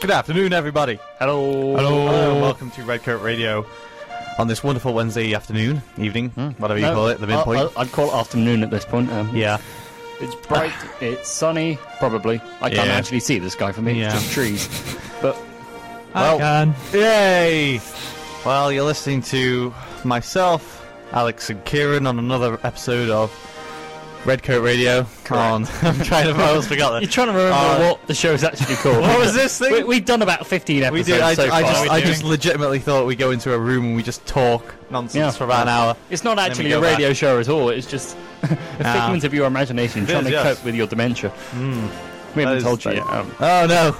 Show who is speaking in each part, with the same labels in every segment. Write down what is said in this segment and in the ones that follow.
Speaker 1: Good afternoon, everybody.
Speaker 2: Hello.
Speaker 1: Hello, and welcome to Redcoat Radio on this wonderful Wednesday afternoon, evening, whatever you
Speaker 2: No,
Speaker 1: call it, the midpoint.
Speaker 2: Uh, I, would call it afternoon at this point. Um,
Speaker 1: yeah,
Speaker 2: It's bright. it's sunny. Probably. I can't
Speaker 1: Yeah.
Speaker 2: actually see the sky from here.
Speaker 1: Yeah.
Speaker 2: It's just trees. But
Speaker 1: Well-
Speaker 3: I can.
Speaker 1: yay! Well, you're listening to myself, Alex, and Kieran on another episode of Redcoat Radio. Come on, I'm trying to. I almost forgot
Speaker 2: you're
Speaker 1: that.
Speaker 2: trying to remember
Speaker 1: Uh,
Speaker 2: what the show's actually called.
Speaker 1: What was this thing?
Speaker 2: We, we've done about 15
Speaker 1: We
Speaker 2: episodes
Speaker 1: do. I,
Speaker 2: so
Speaker 1: I
Speaker 2: far.
Speaker 1: just, I
Speaker 3: doing?
Speaker 1: just legitimately thought we go into a room and we just talk nonsense
Speaker 2: Yeah.
Speaker 1: for about an hour.
Speaker 2: It's not
Speaker 1: Then we
Speaker 2: actually
Speaker 1: go
Speaker 2: a radio show at all. It's just a
Speaker 1: Ah.
Speaker 2: figment of your imagination trying
Speaker 1: is,
Speaker 2: to
Speaker 1: yes.
Speaker 2: cope with your dementia. We haven't
Speaker 1: is-
Speaker 2: told you
Speaker 1: that
Speaker 2: yet. Um,
Speaker 1: Oh no.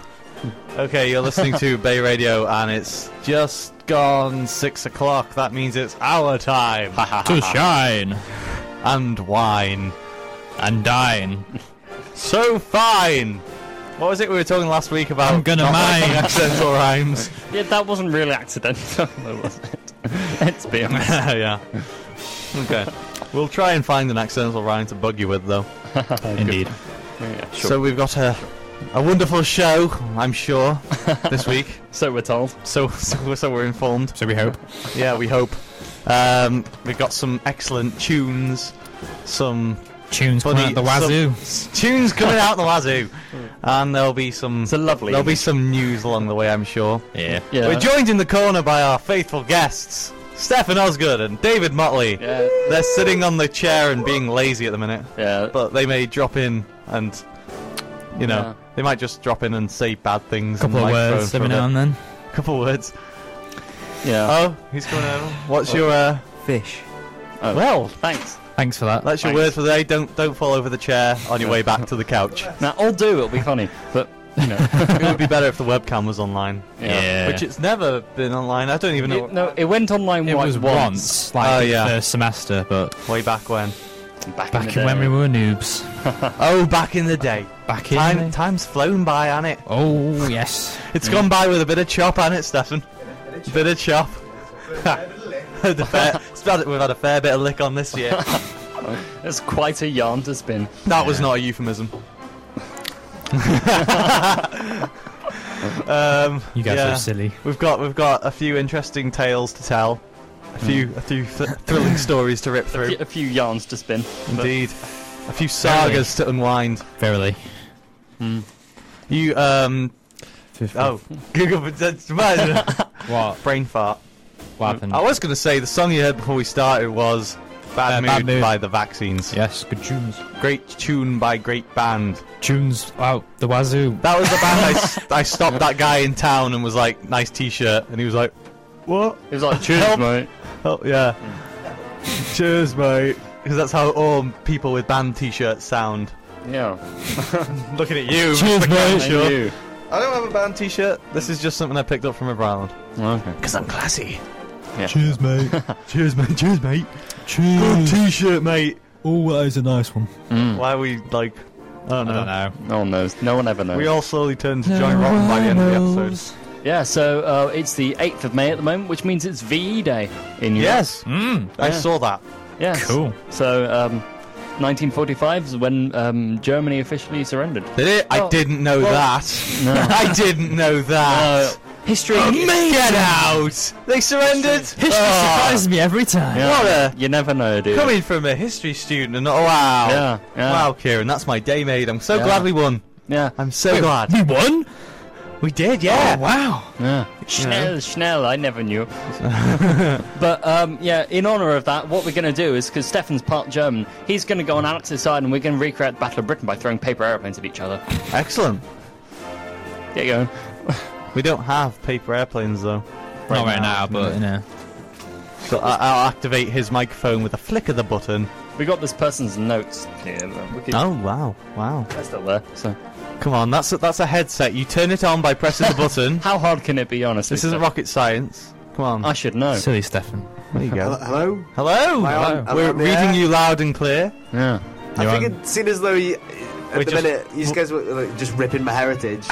Speaker 1: Okay, you're listening to Bay Radio, and it's just gone six o'clock. That means it's our time.
Speaker 3: To shine
Speaker 1: and wine,
Speaker 3: and dine.
Speaker 1: so fine. What was it we were talking last week about?
Speaker 3: I'm gonna
Speaker 1: not
Speaker 3: mine.
Speaker 1: liking accidental rhymes.
Speaker 2: yeah, that wasn't really accidental, though, was it? Let's be honest.
Speaker 1: yeah. Okay. We'll try and find an accidental rhyme to bug you with, though.
Speaker 3: Indeed.
Speaker 2: Yeah, sure.
Speaker 1: So we've got a a wonderful show, I'm sure, this week.
Speaker 2: so we're told.
Speaker 1: So so, so we're informed.
Speaker 3: So we hope.
Speaker 1: Yeah, we hope. Um, we've got some excellent tunes, some
Speaker 3: Tunes
Speaker 1: Funny-
Speaker 3: coming out the wazoo.
Speaker 1: tunes coming out the wazoo, and there'll be some
Speaker 2: It's a lovely.
Speaker 1: there'll be some news along the way, I'm sure.
Speaker 3: yeah.
Speaker 2: Yeah.
Speaker 1: We're joined in the corner by our faithful guests, Stefan Osgood and David Motley.
Speaker 2: Yeah.
Speaker 1: They're sitting on the chair and being lazy at the minute,
Speaker 2: Yeah.
Speaker 1: but they may drop in and, you know,
Speaker 2: Yeah.
Speaker 1: they might just drop in and say bad things.
Speaker 3: couple
Speaker 1: in the
Speaker 3: of
Speaker 1: microphone
Speaker 3: words
Speaker 1: for a
Speaker 3: every
Speaker 1: bit.
Speaker 3: now and then.
Speaker 1: Couple of words.
Speaker 2: yeah.
Speaker 1: Oh, he's coming over. What's your uh,
Speaker 3: Fish.
Speaker 2: Oh. Well, thanks.
Speaker 3: Thanks for that.
Speaker 1: that's your word
Speaker 2: Thanks.
Speaker 1: for the day? Don't don't fall over the chair on your way back to the couch.
Speaker 2: Now, I'll do. It'll be funny. But you know.
Speaker 1: it would be better if the webcam was online.
Speaker 3: Yeah.
Speaker 1: Which it's never been online. I don't even know.
Speaker 2: It, no, it went online
Speaker 3: it
Speaker 2: like
Speaker 3: was once, like
Speaker 1: Oh,
Speaker 3: the
Speaker 1: yeah.
Speaker 3: first semester, but
Speaker 1: Way back when.
Speaker 2: back, in
Speaker 3: back
Speaker 2: the
Speaker 3: when
Speaker 2: day.
Speaker 3: we were noobs.
Speaker 1: Oh, back in the day. Mm.
Speaker 3: Back in.
Speaker 1: Time, time's flown by, hasn't it?
Speaker 3: Oh yes.
Speaker 1: It's gone by with a bit of chop, hasn't it, Stefan? Bit of chop. The fair- it's about- We've had a fair bit of lick on this year.
Speaker 2: It's quite a yarn to spin.
Speaker 1: That was not a euphemism. um,
Speaker 3: You guys
Speaker 1: yeah.
Speaker 3: are silly.
Speaker 1: We've got we've got a few interesting tales to tell, a few
Speaker 3: Hmm.
Speaker 1: a few th- thrilling stories to rip
Speaker 2: A
Speaker 1: through.
Speaker 2: few- a few yarns to spin.
Speaker 1: Indeed, a few sagas to unwind.
Speaker 3: Verily.
Speaker 1: You um oh Google
Speaker 3: What?
Speaker 1: brain fart.
Speaker 3: What happened?
Speaker 1: I was going to say the song you heard before we started was "Bad,
Speaker 3: Uh,
Speaker 1: Mood,
Speaker 3: Bad Mood.
Speaker 1: by the Vaccines.
Speaker 3: Yes, good tunes.
Speaker 1: Great tune by great band.
Speaker 3: Tunes out the wazoo.
Speaker 1: That was the band I, s- I stopped that guy in town and was like, "Nice t-shirt," and he was like, "What?
Speaker 2: It was like, cheers,
Speaker 1: Help.
Speaker 2: mate.
Speaker 1: Oh yeah, cheers, mate." Because that's how all people with band t-shirts sound.
Speaker 2: Yeah.
Speaker 1: Looking at you,
Speaker 3: Cheers, mate.
Speaker 2: And
Speaker 1: Sure.
Speaker 2: you.
Speaker 1: I don't have a band t-shirt. This is just something I picked up from River Island.
Speaker 2: Okay.
Speaker 1: Because I'm classy.
Speaker 2: Yeah.
Speaker 3: Cheers, mate.
Speaker 1: Cheers, mate. Cheers, mate. Good
Speaker 3: Cheers.
Speaker 1: t-shirt, mate.
Speaker 3: Oh, that is a nice one.
Speaker 1: Why are we like? I don't
Speaker 3: I
Speaker 1: know.
Speaker 3: don't know.
Speaker 2: Mm. No one knows. No one ever knows.
Speaker 1: We all slowly turn to Johnny Rotten by the end of the episode.
Speaker 2: Yeah, so uh, it's the 8th of May at the moment, which means it's VE Day in Europe.
Speaker 1: Yes,
Speaker 3: Mm,
Speaker 1: I
Speaker 2: Yeah.
Speaker 1: saw that.
Speaker 2: Yes.
Speaker 3: cool.
Speaker 2: So, um, 1945 is when um, Germany officially surrendered.
Speaker 1: Did it? I
Speaker 2: Oh,
Speaker 1: didn't know
Speaker 2: well-
Speaker 1: that. I didn't know that.
Speaker 2: Uh, History.
Speaker 1: Get out! They surrendered.
Speaker 3: History
Speaker 1: Ah.
Speaker 3: surprises me every time.
Speaker 2: Yeah,
Speaker 1: What a-
Speaker 2: You never know, dude.
Speaker 1: Coming from a history student, and oh wow,
Speaker 2: Yeah, yeah.
Speaker 1: wow, Kieran, that's my day made. I'm so
Speaker 2: Yeah.
Speaker 1: glad we won.
Speaker 2: Yeah.
Speaker 1: I'm so glad
Speaker 3: We won?
Speaker 1: we did. Yeah.
Speaker 3: Oh, wow.
Speaker 2: Yeah. Schnell, Schnell, I never knew. but um, yeah, in honour of that, what we're going to do is because Stefan's part German, he's going to go on Alex's side and we're going to recreate the Battle of Britain by throwing paper aeroplanes at each other.
Speaker 1: Excellent.
Speaker 2: Get going.
Speaker 1: We don't have paper airplanes though.
Speaker 3: Not right now, but you know.
Speaker 1: So I- I'll activate his microphone with a flick of the button.
Speaker 2: We got this person's notes here. but We could,
Speaker 1: Oh wow, wow!
Speaker 2: They're still there. So,
Speaker 1: Come on, that's a, that's a headset. You turn it on by pressing the button.
Speaker 2: how hard can it be, honestly?
Speaker 1: This isn't
Speaker 2: Stefan?
Speaker 1: rocket science. Come on.
Speaker 2: I should know.
Speaker 3: Silly Stefan.
Speaker 1: There you go.
Speaker 4: Hello- Hello?
Speaker 1: Hello.
Speaker 4: Hello. Hello.
Speaker 1: We're
Speaker 4: Hello.
Speaker 1: reading
Speaker 4: Yeah.
Speaker 1: you loud and clear.
Speaker 2: Yeah.
Speaker 4: I
Speaker 3: You're
Speaker 4: figured, seeing as though you, at
Speaker 1: We
Speaker 4: the
Speaker 1: just-
Speaker 4: minute you guys were like, just ripping my heritage,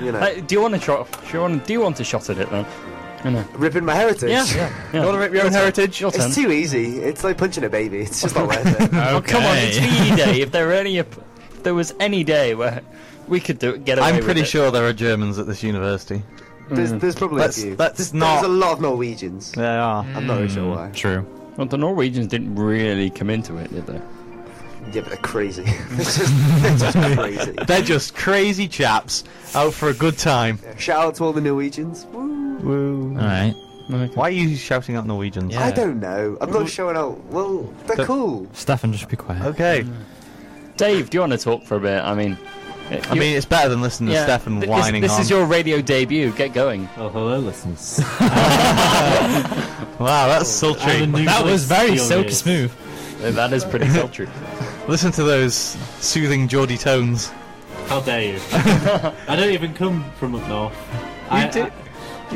Speaker 4: you know,
Speaker 2: Uh, do you want to shot? Do you want? Do you want a shot at it then?
Speaker 4: ripping my heritage.
Speaker 2: Yeah.
Speaker 1: You want to rip your own heritage?
Speaker 2: Your turn.
Speaker 4: It's too easy. It's like punching a baby.
Speaker 3: Mm.
Speaker 2: Oh,
Speaker 4: It's just not worth it.
Speaker 3: Oh, Okay.
Speaker 2: Come on, it's VE Day. If there were any, if there was any day where We could do it. Get away
Speaker 1: I'm
Speaker 2: with
Speaker 1: pretty
Speaker 2: it.
Speaker 1: sure there are Germans at this university.
Speaker 4: There's, there's probably
Speaker 1: Let's
Speaker 4: a few.
Speaker 1: let's
Speaker 4: There's
Speaker 1: not.
Speaker 4: a lot of Norwegians.
Speaker 1: They are.
Speaker 4: I'm not really sure
Speaker 3: Mm.
Speaker 4: why.
Speaker 3: True.
Speaker 2: Well, the Norwegians didn't really come into it, did they?
Speaker 4: Yeah, but they're crazy. they're just, they're just crazy.
Speaker 1: They're just crazy chaps out for a good time.
Speaker 4: Shout out to all the Norwegians. Woo.
Speaker 1: Woo.
Speaker 3: All right.
Speaker 1: Why are you shouting out Norwegians?
Speaker 3: Yeah.
Speaker 4: I don't know. I'm not showing out. Well, they're
Speaker 1: But-
Speaker 4: cool.
Speaker 3: Stefan, just be quiet.
Speaker 1: Okay.
Speaker 2: Dave, do you want to talk for a bit? I mean,
Speaker 1: I mean, it's better than listening to Stefan
Speaker 2: th-
Speaker 1: whining
Speaker 2: This, this
Speaker 1: on.
Speaker 2: is your radio debut. Get going.
Speaker 5: Oh, hello, listeners.
Speaker 1: Wow, that's
Speaker 2: Oh,
Speaker 1: sultry.
Speaker 5: I'm a new
Speaker 3: That was
Speaker 5: voice
Speaker 3: very
Speaker 5: for
Speaker 3: silky
Speaker 5: this.
Speaker 3: smooth.
Speaker 2: That is pretty sultry.
Speaker 1: Listen to those soothing Geordie tones.
Speaker 5: How dare you? I don't even come from up north. I,
Speaker 1: do-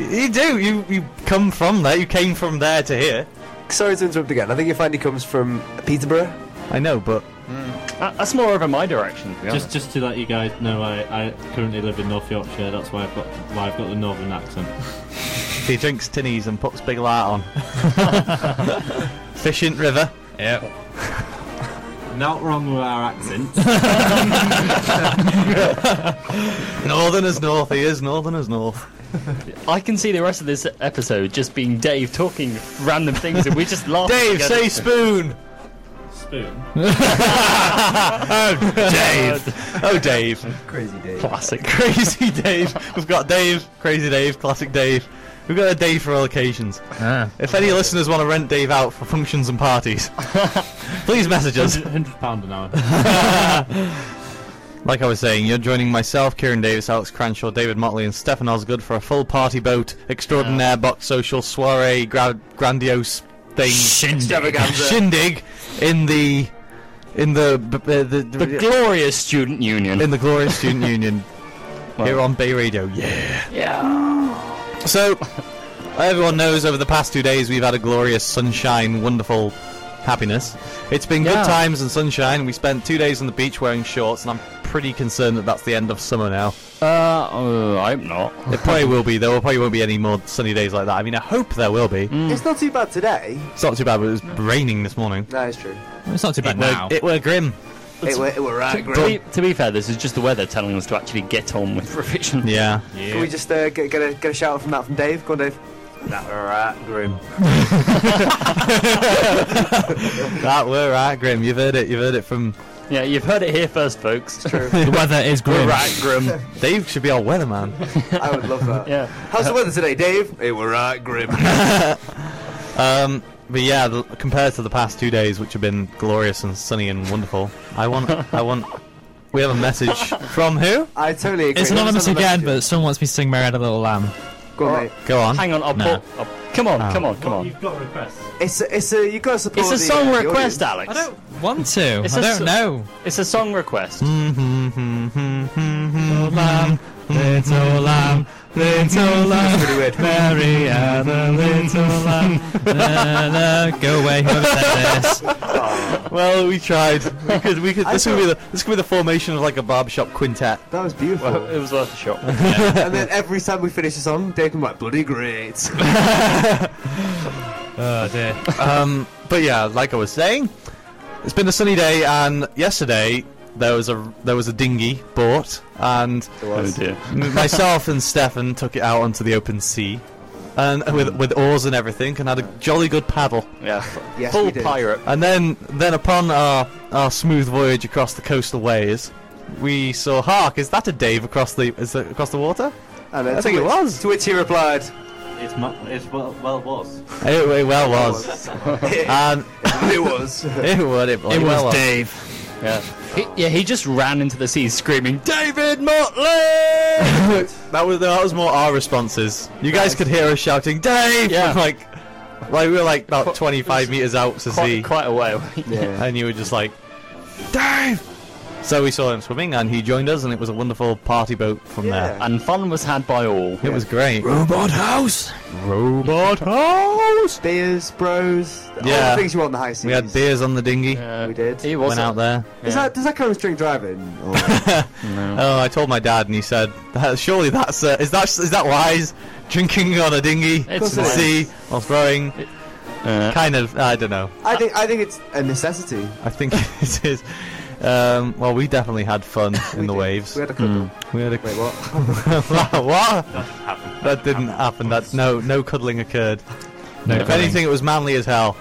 Speaker 1: You do. You you come from there. You came from there to here.
Speaker 4: Sorry to interrupt again. I think your finally comes from Peterborough.
Speaker 1: I know, but
Speaker 2: That- That's more over my direction, to be
Speaker 5: I-
Speaker 2: honest.
Speaker 5: just, just to let you guys know, I, I currently live in North Yorkshire. That's why I've got why I've got the northern accent.
Speaker 1: he drinks tinnies and puts big light on. Fishing river.
Speaker 3: Yep.
Speaker 5: Not wrong with our accent.
Speaker 1: Northerners north. He is northerners north.
Speaker 2: I can see the rest of this episode just being Dave talking random things, and we just laugh.
Speaker 1: Dave,
Speaker 2: together.
Speaker 1: say spoon.
Speaker 5: Spoon.
Speaker 1: Oh, Dave. Oh, Dave.
Speaker 4: Crazy day.
Speaker 2: classic.
Speaker 1: Crazy Dave. We've got Dave. Crazy Dave. Classic Dave. We've got a Dave for all occasions.
Speaker 3: Ah.
Speaker 1: If any listeners want to rent Dave out for functions and parties, please message us.
Speaker 5: Hundred pound an hour.
Speaker 1: Like I was saying, you're joining myself, Kieran Davis, Alex Cranshaw, David Motley, and Stefan Osgood for a full party boat, extraordinaire box social soiree, gra- grandiose thing, shindig in the in the b- uh, the,
Speaker 2: The
Speaker 1: the-
Speaker 2: glorious student union.
Speaker 1: in the glorious student union here on Bay Radio. Yeah. So everyone knows over the past two days we've had a glorious sunshine, wonderful happiness. It's been
Speaker 2: Yeah.
Speaker 1: good times and sunshine. We spent two days on the beach wearing shorts, and I'm pretty concerned that that's the end of summer now.
Speaker 2: Uh, uh, I'm not.
Speaker 1: It probably will be. There will probably won't be any more sunny days like that. I mean, I hope there will be.
Speaker 4: It's not too bad today.
Speaker 1: It's not too bad, but it was raining this morning.
Speaker 4: No, it's true.
Speaker 3: It's not too bad
Speaker 1: It
Speaker 3: now.
Speaker 1: were, it were grim.
Speaker 4: It were, it were right.
Speaker 2: To be, to be fair, this is just the weather telling us to actually get on with revision.
Speaker 1: Yeah.
Speaker 4: Can we just uh, get, get a get a shout out from that from Dave? Go on, Dave. That were right grim.
Speaker 1: That were right grim. You've heard it. You've heard it from
Speaker 2: Yeah, you've heard it here first, folks.
Speaker 4: True.
Speaker 3: the weather is grim.
Speaker 1: right grim. Dave should be our weatherman.
Speaker 4: I would love that.
Speaker 2: Yeah.
Speaker 4: How's the weather today, Dave? It were right grim.
Speaker 1: Um, but yeah, the, compared to the past two days, which have been glorious and sunny and wonderful, I want. I want. We have a message from who?
Speaker 4: I totally agree.
Speaker 3: It's
Speaker 4: Let
Speaker 3: anonymous
Speaker 4: us have a
Speaker 3: again,
Speaker 4: message.
Speaker 3: but someone wants me to sing "Mary Had a Little Lamb."
Speaker 4: go on, mate.
Speaker 1: Go on.
Speaker 2: Hang on, I'll
Speaker 3: Nah.
Speaker 2: put. I'll- come on, come on, come
Speaker 5: Well,
Speaker 2: on.
Speaker 5: You've got requests.
Speaker 4: It's a, it's a you gotta support.
Speaker 2: It's a
Speaker 4: the,
Speaker 2: song
Speaker 4: uh, the
Speaker 2: request,
Speaker 4: audience.
Speaker 2: Alex.
Speaker 3: I don't want to.
Speaker 2: It's
Speaker 3: I
Speaker 2: a
Speaker 3: don't
Speaker 2: so-
Speaker 3: know.
Speaker 2: It's a song request.
Speaker 1: Mm.
Speaker 3: Little lamb, little lamb, little lamb,
Speaker 4: Pretty weird.
Speaker 3: Mary and the little lamb. Na, na, Go away, whoever said this.
Speaker 1: Well, we tried. We could. We could.
Speaker 4: I
Speaker 1: This could be
Speaker 4: thought-
Speaker 1: the. This could be the formation of like a barbershop quintet.
Speaker 4: That was beautiful.
Speaker 2: Well, it was worth a shot.
Speaker 4: and then every time we finish a song, Dave can be like bloody great.
Speaker 3: Oh dear.
Speaker 1: um, but yeah, like I was saying, it's been a sunny day, and yesterday there was a there was a dinghy bought, and
Speaker 2: oh dear.
Speaker 1: m- myself and Stefan took it out onto the open sea, and with with oars and everything, and had a jolly good paddle.
Speaker 2: Yeah.
Speaker 4: Yes,
Speaker 2: Full
Speaker 4: we did.
Speaker 2: pirate.
Speaker 1: And then then upon our our smooth voyage across the coastal ways. We saw hark. Is that a Dave across the is that across the water?
Speaker 4: And then
Speaker 1: I
Speaker 4: to
Speaker 1: think it
Speaker 4: which-
Speaker 1: was.
Speaker 4: To which he replied,
Speaker 5: It's mu it's well, well was.
Speaker 1: It, it well was,
Speaker 4: "It
Speaker 1: and
Speaker 4: it was."
Speaker 1: it, would- it,
Speaker 3: It
Speaker 1: well
Speaker 3: was Dave.
Speaker 2: uh, Yeah. He, yeah, he just ran into the sea screaming,
Speaker 1: David Motley! that was that was more our responses. You guys could hear us shouting, Dave!
Speaker 2: Yeah.
Speaker 1: From, like, like we were like about 25 meters out to sea,
Speaker 2: quite, quite a way away.
Speaker 4: Yeah.
Speaker 1: and you were just like, Dave! So we saw him swimming, and he joined us, and it was a wonderful party boat from there.
Speaker 2: And fun was had by all.
Speaker 1: It was great.
Speaker 3: Robot House.
Speaker 1: Robot house.
Speaker 4: Beers, bros, all
Speaker 1: Yeah.
Speaker 4: the things you want in the high seas.
Speaker 1: We had beers on the dinghy.
Speaker 2: Uh,
Speaker 4: We did.
Speaker 2: He was
Speaker 1: Went out there.
Speaker 4: Is that does that count as drink driving? Or-
Speaker 1: Oh, I told my dad, and he said, "That- "Surely that's uh, is that is that wise? Drinking on a dinghy,
Speaker 2: It's
Speaker 1: at
Speaker 2: wise.
Speaker 1: sea, while throwing,
Speaker 2: Uh,
Speaker 1: kind of. I don't know.
Speaker 4: I think I think it's a necessity.
Speaker 1: I think it is. Um, well, we definitely had fun in
Speaker 4: We
Speaker 1: the
Speaker 4: did.
Speaker 1: waves.
Speaker 4: We had a cuddle.
Speaker 1: We had a
Speaker 4: Wait, what?
Speaker 1: what? That didn't happen. That no, no cuddling occurred.
Speaker 3: No
Speaker 1: if anything, it was manly as hell.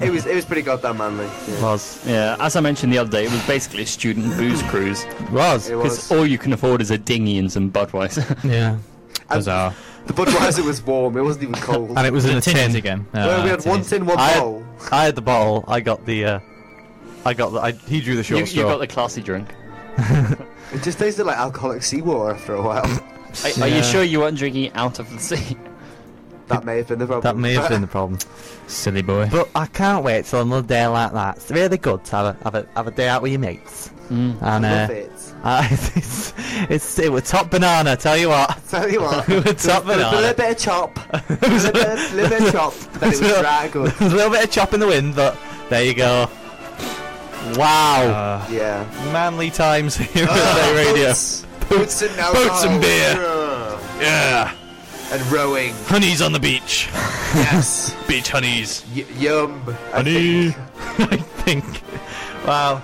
Speaker 4: it was it was pretty goddamn manly. Yeah.
Speaker 1: Was
Speaker 2: Yeah, as I mentioned the other day, it was basically a student booze cruise.
Speaker 1: was
Speaker 4: It
Speaker 2: Because
Speaker 4: was.
Speaker 2: all you can afford is a dinghy and some Budweiser.
Speaker 3: Yeah.
Speaker 4: And
Speaker 3: Bizarre.
Speaker 4: the Budweiser was warm. It wasn't even cold.
Speaker 1: and it was in a tin.
Speaker 3: again. Ah,
Speaker 4: well, we had one tin, one
Speaker 1: I-
Speaker 4: bowl.
Speaker 1: I had the bottle. I got the. Uh, I got the. I, he drew the
Speaker 2: you,
Speaker 1: short
Speaker 2: you
Speaker 1: straw.
Speaker 2: got the classy drink.
Speaker 4: It just tasted like alcoholic seawater after a while.
Speaker 2: Are, are
Speaker 3: Yeah.
Speaker 2: you sure you weren't drinking it out of the sea?
Speaker 4: That may have been the problem.
Speaker 1: that may have been the problem.
Speaker 3: Silly boy.
Speaker 1: But I can't wait till another day like that. It's really good to have a have a, have a day out with your mates.
Speaker 2: Mm.
Speaker 1: And
Speaker 4: Love
Speaker 1: uh,
Speaker 4: it.
Speaker 1: I, it's, it's it was top banana. Tell you what,
Speaker 4: Tell you what.
Speaker 1: it was top
Speaker 4: With a
Speaker 1: banana.
Speaker 4: little bit of chop, a little bit of, little bit of chop, then it was right good.
Speaker 1: There's a little bit of chop in the wind, but there you go. Wow.
Speaker 3: Uh,
Speaker 4: Yeah.
Speaker 1: Manly times here at Day Radio.
Speaker 4: Boots, boots and alcohol.
Speaker 1: boots and beer.
Speaker 4: Yeah.
Speaker 1: Yeah.
Speaker 4: And rowing.
Speaker 1: Honeys on the beach.
Speaker 4: Yes.
Speaker 1: Beach honeys.
Speaker 4: y- yum. I
Speaker 1: Honey.
Speaker 4: think.
Speaker 1: I think. Wow.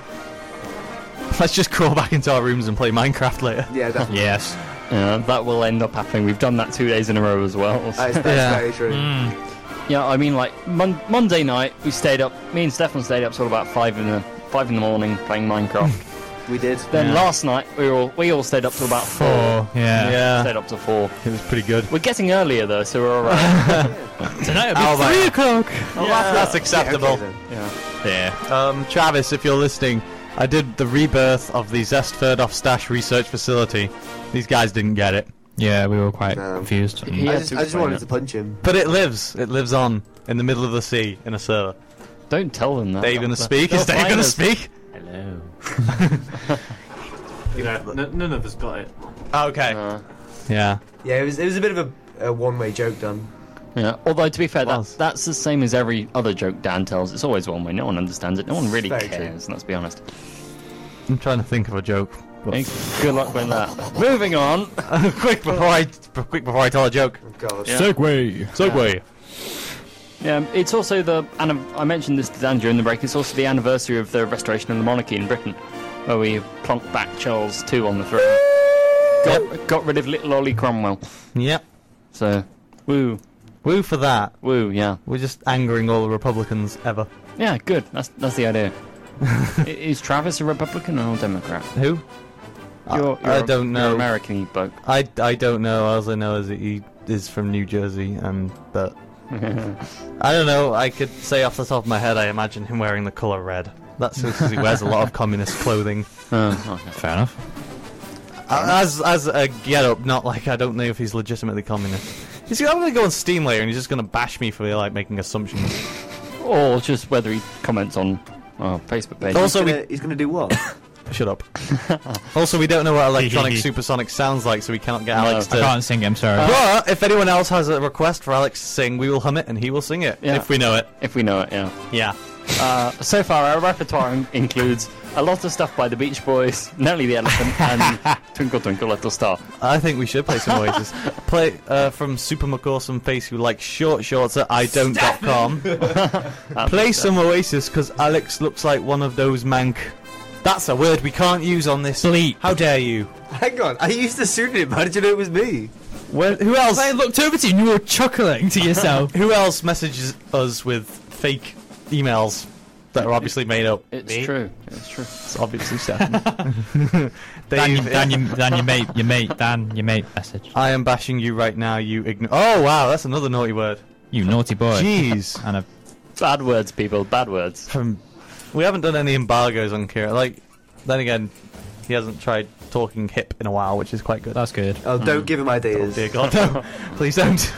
Speaker 1: Let's just crawl back into our rooms and play Minecraft later.
Speaker 4: Yeah, definitely.
Speaker 3: yes.
Speaker 2: Yeah, that will end up happening. We've done that two days in a row as well.
Speaker 4: That is, that's
Speaker 1: Yeah. Mm.
Speaker 4: very true.
Speaker 2: Yeah, I mean, like mon- Monday night, we stayed up. Me and Stefan stayed up till about five in the five in the morning playing Minecraft.
Speaker 4: We did.
Speaker 2: then
Speaker 3: Yeah.
Speaker 2: last night, we all we all stayed up till about four.
Speaker 3: Four. Yeah.
Speaker 2: Stayed up till four.
Speaker 1: It was pretty good.
Speaker 2: We're getting earlier though, so we're all right.
Speaker 3: Tonight
Speaker 1: How
Speaker 3: it'll be
Speaker 1: about
Speaker 3: three
Speaker 1: it?
Speaker 3: o'clock.
Speaker 2: Yeah.
Speaker 1: That's
Speaker 4: Yeah, okay
Speaker 1: acceptable.
Speaker 4: then.
Speaker 2: yeah.
Speaker 3: Yeah.
Speaker 1: Um, Travis, if you're listening, I did the rebirth of the Zest Ferdoff Stash Research Facility. These guys didn't get it.
Speaker 3: Yeah, we were quite
Speaker 4: No.
Speaker 3: confused.
Speaker 2: He
Speaker 4: I
Speaker 2: had
Speaker 4: just,
Speaker 2: to
Speaker 4: I just
Speaker 2: explain
Speaker 4: wanted
Speaker 2: it.
Speaker 4: to punch him.
Speaker 1: But it lives. It lives on in the middle of the sea in a server.
Speaker 2: Don't tell them that.
Speaker 1: Dave gonna speak?
Speaker 2: they'll
Speaker 1: Is Dave
Speaker 2: find
Speaker 1: gonna
Speaker 2: us.
Speaker 1: speak?
Speaker 5: Hello. no, n- none of us got it.
Speaker 1: Oh, Okay.
Speaker 2: Uh,
Speaker 1: Yeah.
Speaker 4: Yeah, it was it was a bit of a, a one way joke done.
Speaker 2: yeah. Although to be fair,
Speaker 1: Was.
Speaker 2: that, that's the same as every other joke Dan tells. It's always one way. No one understands it. No one really
Speaker 4: Very true.
Speaker 2: cares. Let's be honest.
Speaker 1: I'm trying to think of a joke. but-
Speaker 2: Hey, Good luck with that. Moving on.
Speaker 1: quick before I quick before I tell a joke.
Speaker 4: Oh, God.
Speaker 2: Yeah.
Speaker 3: Segway. Segway.
Speaker 2: Yeah, it's also the. anni- I mentioned this to Dan during the break. It's also the anniversary of the restoration of the monarchy in Britain, where we plonked back Charles II on the throne. Got, got rid of little Ollie Cromwell.
Speaker 1: Yep.
Speaker 2: So, woo,
Speaker 1: Woo for that.
Speaker 2: woo, yeah,
Speaker 1: We're just angering all the Republicans ever.
Speaker 2: yeah, good. That's that's the idea. I- Is Travis a Republican or a Democrat?
Speaker 1: Who? I-
Speaker 2: You're-
Speaker 1: I,
Speaker 2: you're a-
Speaker 1: don't
Speaker 2: You're
Speaker 1: know.
Speaker 2: American, you bloke.
Speaker 1: I, I don't know. All I know is that he is from New Jersey, and but I don't know. I could say off the top of my head, I imagine him wearing the color red. That's because he wears a lot of communist clothing.
Speaker 2: Oh, okay.
Speaker 3: Fair enough.
Speaker 1: As as a get up, not like I don't know if he's legitimately communist. He's, I'm gonna go on Steam later, and he's just gonna bash me for like making assumptions.
Speaker 2: Or just whether he comments on our Facebook page.
Speaker 1: Also,
Speaker 4: he's
Speaker 1: we-
Speaker 4: gonna, he's gonna do what?
Speaker 1: Shut up. also, we don't know what electronic supersonic sounds like, so we cannot get
Speaker 2: No. Oh.
Speaker 1: Alex
Speaker 3: I
Speaker 1: to.
Speaker 3: can't sing. I'm sorry.
Speaker 1: But if anyone else has a request for Alex to sing, we will hum it and he will sing it
Speaker 2: Yeah.
Speaker 1: if we know it.
Speaker 2: if we know it, yeah.
Speaker 1: Yeah.
Speaker 2: Uh, so far, our repertoire in- includes a lot of stuff by the Beach Boys, Nelly the Elephant, and Twinkle Twinkle Little Star.
Speaker 1: I think we should play some Oasis. play uh, from Super McAwesome Face who likes short shorts at idon't.com. play some Oasis because Alex looks like one of those mank. That's a word we can't use on this.
Speaker 3: Bleep.
Speaker 1: How dare you?
Speaker 4: Hang on, I used the pseudonym. How did you know it was me?
Speaker 1: Where, Uh, who else?
Speaker 3: I looked over to you and you were chuckling to yourself.
Speaker 1: Who else messages us with fake emails that are obviously made up?
Speaker 2: It's true. It's true.
Speaker 1: It's obviously Stefan.
Speaker 3: Dan, you,
Speaker 1: Dave,
Speaker 3: Dan, you, Dan, your mate, your mate, Dan, your mate message.
Speaker 1: I am bashing you right now, you igno- Oh, wow, that's another naughty word.
Speaker 3: You naughty boy.
Speaker 1: Jeez.
Speaker 3: And a
Speaker 2: Bad words, people. Bad words.
Speaker 1: From, we haven't done any embargoes on Kira. Like, then again, he hasn't tried talking hip in a while, which is quite good.
Speaker 3: That's good.
Speaker 4: Oh, don't give him
Speaker 1: Oh,
Speaker 4: ideas.
Speaker 1: dear God, no. Please don't.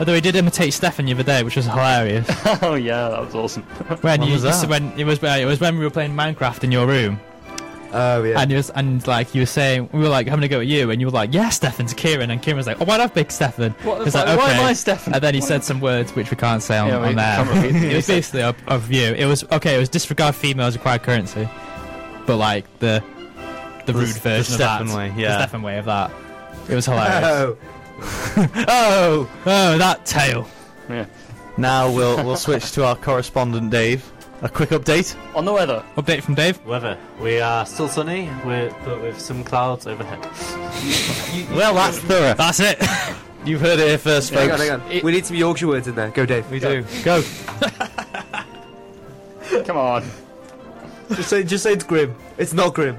Speaker 3: Although he did imitate Stefan the other day, which was hilarious.
Speaker 2: Oh yeah, that was awesome.
Speaker 3: When
Speaker 1: When
Speaker 3: you,
Speaker 1: was that?
Speaker 3: when it was uh, it was when we were playing Minecraft in your room,
Speaker 4: Oh yeah.
Speaker 3: and it was and like you were saying we were like having a go at you, and you were like, "Yeah, Stefan to Kieran," and Kieran was like, "Oh, why not big Stefan?"
Speaker 2: What the
Speaker 3: It's
Speaker 2: fuck?
Speaker 3: like,
Speaker 2: Why
Speaker 3: okay.
Speaker 2: am I Stefan?
Speaker 3: And then he
Speaker 2: Why
Speaker 3: said some words which we can't say on,
Speaker 2: Yeah, we
Speaker 3: on
Speaker 2: can't repeat
Speaker 3: there.
Speaker 2: what
Speaker 3: it
Speaker 2: he
Speaker 3: was
Speaker 2: said.
Speaker 3: basically of, of you. It was okay. It was disregard females required currency, but like the the
Speaker 1: The-
Speaker 3: rude
Speaker 1: the
Speaker 3: version
Speaker 1: Stefan
Speaker 3: of that,
Speaker 1: way,
Speaker 3: the
Speaker 1: yeah.
Speaker 3: Stefan way of that. It was hilarious.
Speaker 4: oh,
Speaker 1: oh!
Speaker 3: oh, that tail.
Speaker 2: Yeah.
Speaker 1: Now we'll we'll switch to our correspondent Dave. A quick update.
Speaker 2: On the weather.
Speaker 3: Update from Dave.
Speaker 5: Weather. We are still sunny, we're, but with some clouds overhead.
Speaker 1: Well, that's thorough.
Speaker 3: That's it.
Speaker 1: You've heard it here first, folks.
Speaker 4: Hang on, hang on.
Speaker 2: It-
Speaker 4: we need some Yorkshire words in there. Go, Dave.
Speaker 1: We do. Go.
Speaker 2: Come on.
Speaker 4: just say, just say it's grim. It's not grim.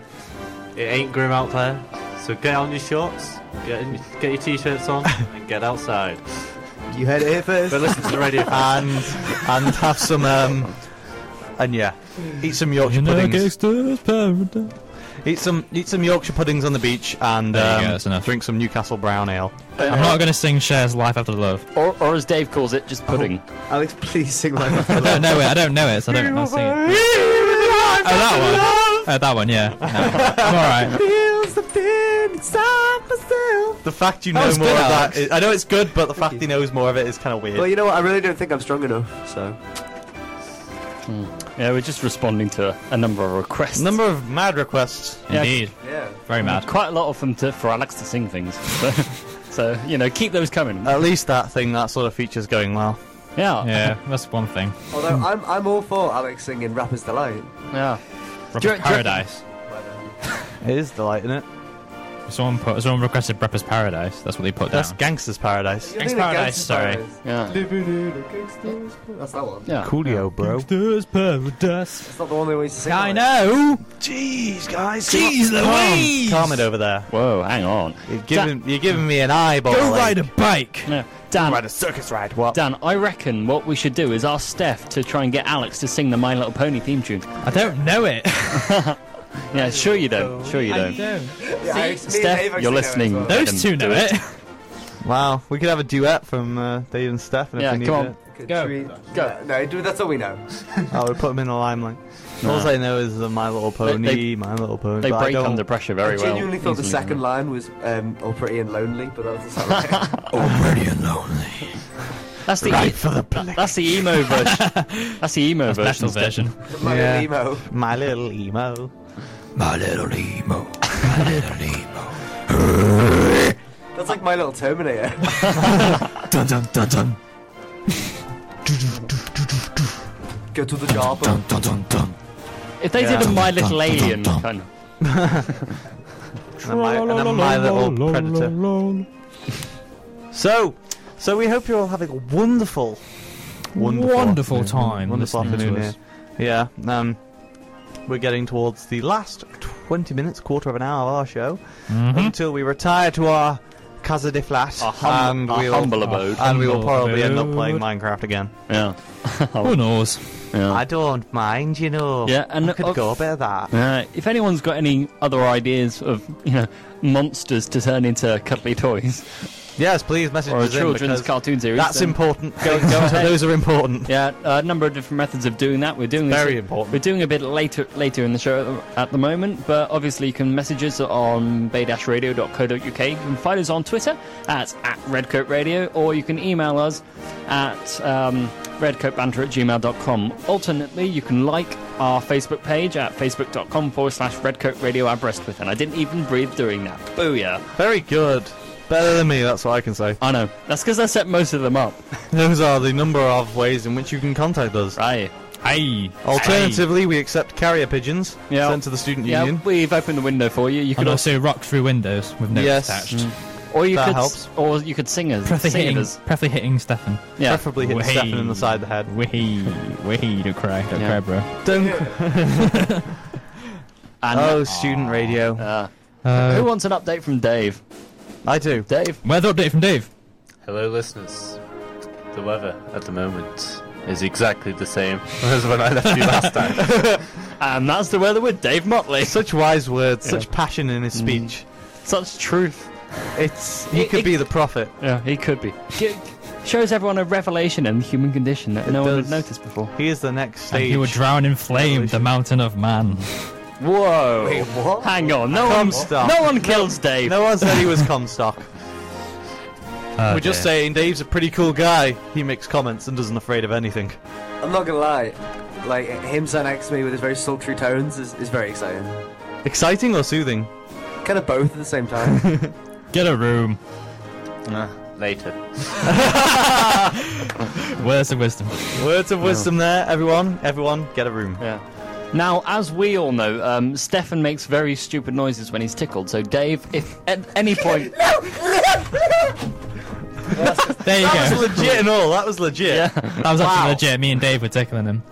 Speaker 5: It ain't grim out there, so get on your shorts, get, in, get your t-shirts on, and get outside.
Speaker 4: You heard it here first.
Speaker 5: But listen to the radio.
Speaker 1: and and have some um and yeah, eat some Yorkshire
Speaker 3: In a
Speaker 1: puddings.
Speaker 3: gangster's paradise.
Speaker 1: Eat some eat some Yorkshire puddings on the beach and
Speaker 3: There you
Speaker 1: um,
Speaker 3: go, that's enough.
Speaker 1: drink some Newcastle brown ale.
Speaker 3: I'm not going to sing Cher's Life After Love.
Speaker 2: Or, or as Dave calls it, just pudding.
Speaker 4: Alex, please sing like
Speaker 3: I don't know it. I don't know it, so I don't know sing it. Oh, that one. Oh, that one, yeah. No. I'm alright.
Speaker 4: Feels something inside myself.
Speaker 1: The fact you
Speaker 3: That
Speaker 1: know
Speaker 3: was
Speaker 1: more
Speaker 3: good,
Speaker 1: of that,
Speaker 3: Alex.
Speaker 1: is, I know it's good, but the fact
Speaker 4: you.
Speaker 1: he knows more of it is kind of weird.
Speaker 4: Well, you know what? I really don't think I'm strong enough. So
Speaker 2: Yeah, we're just responding to a number of requests.
Speaker 1: Number of mad requests.
Speaker 2: Yeah.
Speaker 3: Indeed.
Speaker 4: yeah,
Speaker 3: Very mad.
Speaker 2: Quite a lot of them to, for Alex to sing things. so, you know, keep those coming.
Speaker 1: At least that thing, that sort of feature's going well.
Speaker 2: Yeah.
Speaker 3: Yeah, that's one thing.
Speaker 4: although I'm I'm all for Alex singing "Rappers Delight." um,
Speaker 2: Yeah.
Speaker 3: Rapper's
Speaker 2: do you-
Speaker 3: Paradise.
Speaker 1: It is delight, isn't it?
Speaker 3: Someone put. Someone requested Rapper's Paradise. That's what they put
Speaker 1: That's
Speaker 3: down.
Speaker 1: Gangster's Paradise.
Speaker 3: Gangsta's Paradise, sorry.
Speaker 2: Yeah.
Speaker 4: That's that one.
Speaker 2: Yeah.
Speaker 1: Coolio, bro.
Speaker 3: Gangster's Paradise.
Speaker 4: It's not the one they want you to sing.
Speaker 3: I
Speaker 4: like.
Speaker 3: know.
Speaker 1: Jeez, guys.
Speaker 3: Jeez Louise.
Speaker 1: Calm it over there.
Speaker 2: Whoa, hang on.
Speaker 1: You're giving, you're giving me an eyeball.
Speaker 3: Go
Speaker 1: like-
Speaker 3: ride a bike.
Speaker 2: No. Dan,
Speaker 1: Ride a circus ride. What?
Speaker 2: Dan, I reckon what we should do is ask Steph to try and get Alex to sing the My Little Pony theme tune.
Speaker 3: I don't know it.
Speaker 2: Yeah, sure you don't. Sure you don't.
Speaker 4: Yeah, I- me and Dave
Speaker 2: Steph,
Speaker 4: actually
Speaker 2: you're
Speaker 4: know it as
Speaker 2: listening.
Speaker 4: well.
Speaker 3: Those
Speaker 2: Adam,
Speaker 3: two know
Speaker 2: do
Speaker 3: it.
Speaker 1: Wow, we could have a duet from uh, Dave and Steph. And
Speaker 2: Yeah,
Speaker 1: if we
Speaker 2: come on.
Speaker 1: needed
Speaker 4: Could
Speaker 3: Go.
Speaker 4: we-
Speaker 2: Go.
Speaker 4: No, do- that's all we know.
Speaker 1: It. I would Oh, put them in the limelight. All I know is the My Little Pony,
Speaker 2: they-
Speaker 1: My Little Pony.
Speaker 2: They
Speaker 1: but I
Speaker 2: break
Speaker 1: don't,
Speaker 2: under pressure
Speaker 4: I
Speaker 2: very well.
Speaker 4: genuinely thought the
Speaker 2: easily.
Speaker 4: second line was um, "All Pretty and Lonely," but that doesn't sound right.
Speaker 2: That's the e-
Speaker 1: Right for the blick.
Speaker 2: that's the emo version. that's the emo version.
Speaker 3: National
Speaker 2: Steph.
Speaker 3: version.
Speaker 4: My
Speaker 1: Yeah.
Speaker 4: little emo.
Speaker 1: My Little Emo.
Speaker 4: That's like my little Terminator. Go to the job.
Speaker 2: If they did
Speaker 1: Yeah.
Speaker 2: a My Little Alien kind of.
Speaker 1: And then my, and then my Little Predator. So, so we hope you're all having a wonderful, wonderful,
Speaker 3: Wonderful
Speaker 1: afternoon.
Speaker 3: time
Speaker 1: Wonderful
Speaker 3: listening to
Speaker 1: afternoon
Speaker 3: us.
Speaker 1: here. Yeah. Um, we're getting towards the last 20 minutes, quarter of an hour of our show
Speaker 3: Mm-hmm.
Speaker 1: until we retire to our Casa de Flat
Speaker 2: Our, hum-
Speaker 1: and
Speaker 2: our
Speaker 1: Um, we will
Speaker 2: humble abode.
Speaker 1: and we will
Speaker 3: Humble
Speaker 1: probably end up
Speaker 3: abode.
Speaker 1: playing Minecraft again.
Speaker 2: yeah.
Speaker 3: Who knows?
Speaker 2: Yeah.
Speaker 1: I don't mind, you know.
Speaker 2: Yeah, and
Speaker 1: I could
Speaker 2: of-
Speaker 1: go a bit of that.
Speaker 2: Uh, if anyone's got any other ideas of you know monsters to turn into cuddly toys
Speaker 1: Yes, please message
Speaker 2: or a
Speaker 1: us in
Speaker 2: children's
Speaker 1: because
Speaker 2: cartoon series,
Speaker 1: that's
Speaker 2: then-
Speaker 1: important. Go, go to, those are important.
Speaker 2: Yeah, a number of different methods of doing that. We're doing this-
Speaker 1: Very important.
Speaker 2: We're doing a bit later later in the show at the- at the moment, but obviously you can message us on bay-radio.co.uk. You can find us on Twitter at, at redcoatradio, or you can email us at um, redcoatbanter at gmail.com. Alternately, you can like our Facebook page at facebook.com forward slash redcoatradio our breastwith. And I didn't even breathe during that. Booyah.
Speaker 1: Very good. Better than me, that's what I can say.
Speaker 2: I know. That's because I set most of them up.
Speaker 1: Those are the number of ways in which you can contact us.
Speaker 2: Right.
Speaker 3: Hey.
Speaker 1: Alternatively, we accept carrier pigeons
Speaker 2: Yeah.
Speaker 1: sent to the student
Speaker 2: Yeah,
Speaker 1: union.
Speaker 2: we've opened the window for you. You
Speaker 3: Hey. And
Speaker 2: can also
Speaker 3: also rock through windows with no
Speaker 1: Yes. Mm.
Speaker 3: attached.
Speaker 2: Or you
Speaker 1: That
Speaker 2: could,
Speaker 1: helps.
Speaker 2: or you could sing as
Speaker 3: Preferably
Speaker 2: sing it
Speaker 3: hitting,
Speaker 2: as
Speaker 3: preferably hitting Stefan.
Speaker 2: yeah.
Speaker 1: Preferably hit
Speaker 3: Whey.
Speaker 1: Stefan in the side of the head.
Speaker 3: Wee, wee, don't cry, don't
Speaker 2: Yeah.
Speaker 3: cry, bro.
Speaker 1: Don't.
Speaker 2: And
Speaker 1: Oh, student radio.
Speaker 2: uh, who
Speaker 3: Uh,
Speaker 2: wants an update from Dave?
Speaker 1: I do.
Speaker 2: Dave,
Speaker 3: weather update from Dave.
Speaker 5: Hello, listeners. The weather at the moment is exactly the same as when I left you last time.
Speaker 2: and that's the weather with Dave Motley.
Speaker 1: Such wise words, such passion in his speech.
Speaker 2: Such truth.
Speaker 1: It's he
Speaker 2: Mm. It-
Speaker 1: could
Speaker 2: it-
Speaker 1: be the prophet.
Speaker 2: Yeah, he could be. G- shows everyone a revelation in the human condition that no one had
Speaker 1: does.
Speaker 2: noticed before.
Speaker 1: He is the next
Speaker 3: And
Speaker 1: stage.
Speaker 3: he would drown in flame the
Speaker 1: Revolution.
Speaker 3: mountain of man.
Speaker 2: Whoa!
Speaker 4: Wait, what?
Speaker 2: Hang on, no one,
Speaker 1: Comstock.
Speaker 2: no one kills Dave.
Speaker 1: no one said he was Comstock.
Speaker 3: Oh,
Speaker 2: Oh,
Speaker 1: We're just
Speaker 3: dear.
Speaker 1: saying Dave's a pretty cool guy. He makes comments and doesn't afraid of anything.
Speaker 4: I'm not gonna lie. Like him sat next to me with his very sultry tones is, is very exciting.
Speaker 1: Exciting or soothing?
Speaker 4: Kind of both at the same time.
Speaker 3: Get a room.
Speaker 2: Uh,
Speaker 5: later.
Speaker 3: Words of wisdom.
Speaker 1: Words of wisdom there, everyone. Everyone, get a room.
Speaker 2: Yeah. Now, as we all know, um, Stefan makes very stupid noises when he's tickled. So, Dave, if at any point,
Speaker 3: There you
Speaker 1: That was
Speaker 3: go.
Speaker 1: legit and all. That was legit.
Speaker 2: yeah,
Speaker 3: That was actually
Speaker 1: Wow.
Speaker 3: legit. Me and Dave were tickling him.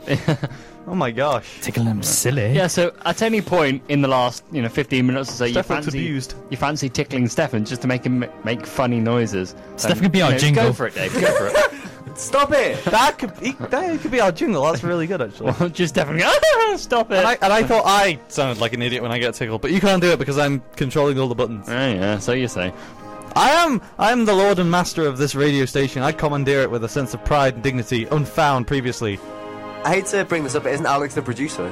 Speaker 1: Oh my gosh.
Speaker 3: Tickling him silly.
Speaker 2: yeah. So, at any point in the last, you know, fifteen minutes or so, you
Speaker 1: Steph looks
Speaker 2: fancy
Speaker 1: abused.
Speaker 2: you fancy tickling Stefan just to make him m- make funny noises.
Speaker 3: Steph
Speaker 2: then,
Speaker 3: could be our
Speaker 2: you know, Go
Speaker 3: jingle.
Speaker 2: for it, Dave. Go for it.
Speaker 4: Stop it!
Speaker 1: That could be, that could be our jingle. That's really good, actually.
Speaker 2: Well, just Stefan. Stop it.
Speaker 1: And I, and I thought I sounded like an idiot when I get tickled, but you can't do it because I'm controlling all the buttons.
Speaker 2: Oh, yeah. So you say.
Speaker 1: I am I am the lord and master of this radio station. I commandeer it with a sense of pride and dignity unfound previously.
Speaker 4: I hate to bring this up, but isn't Alex the producer?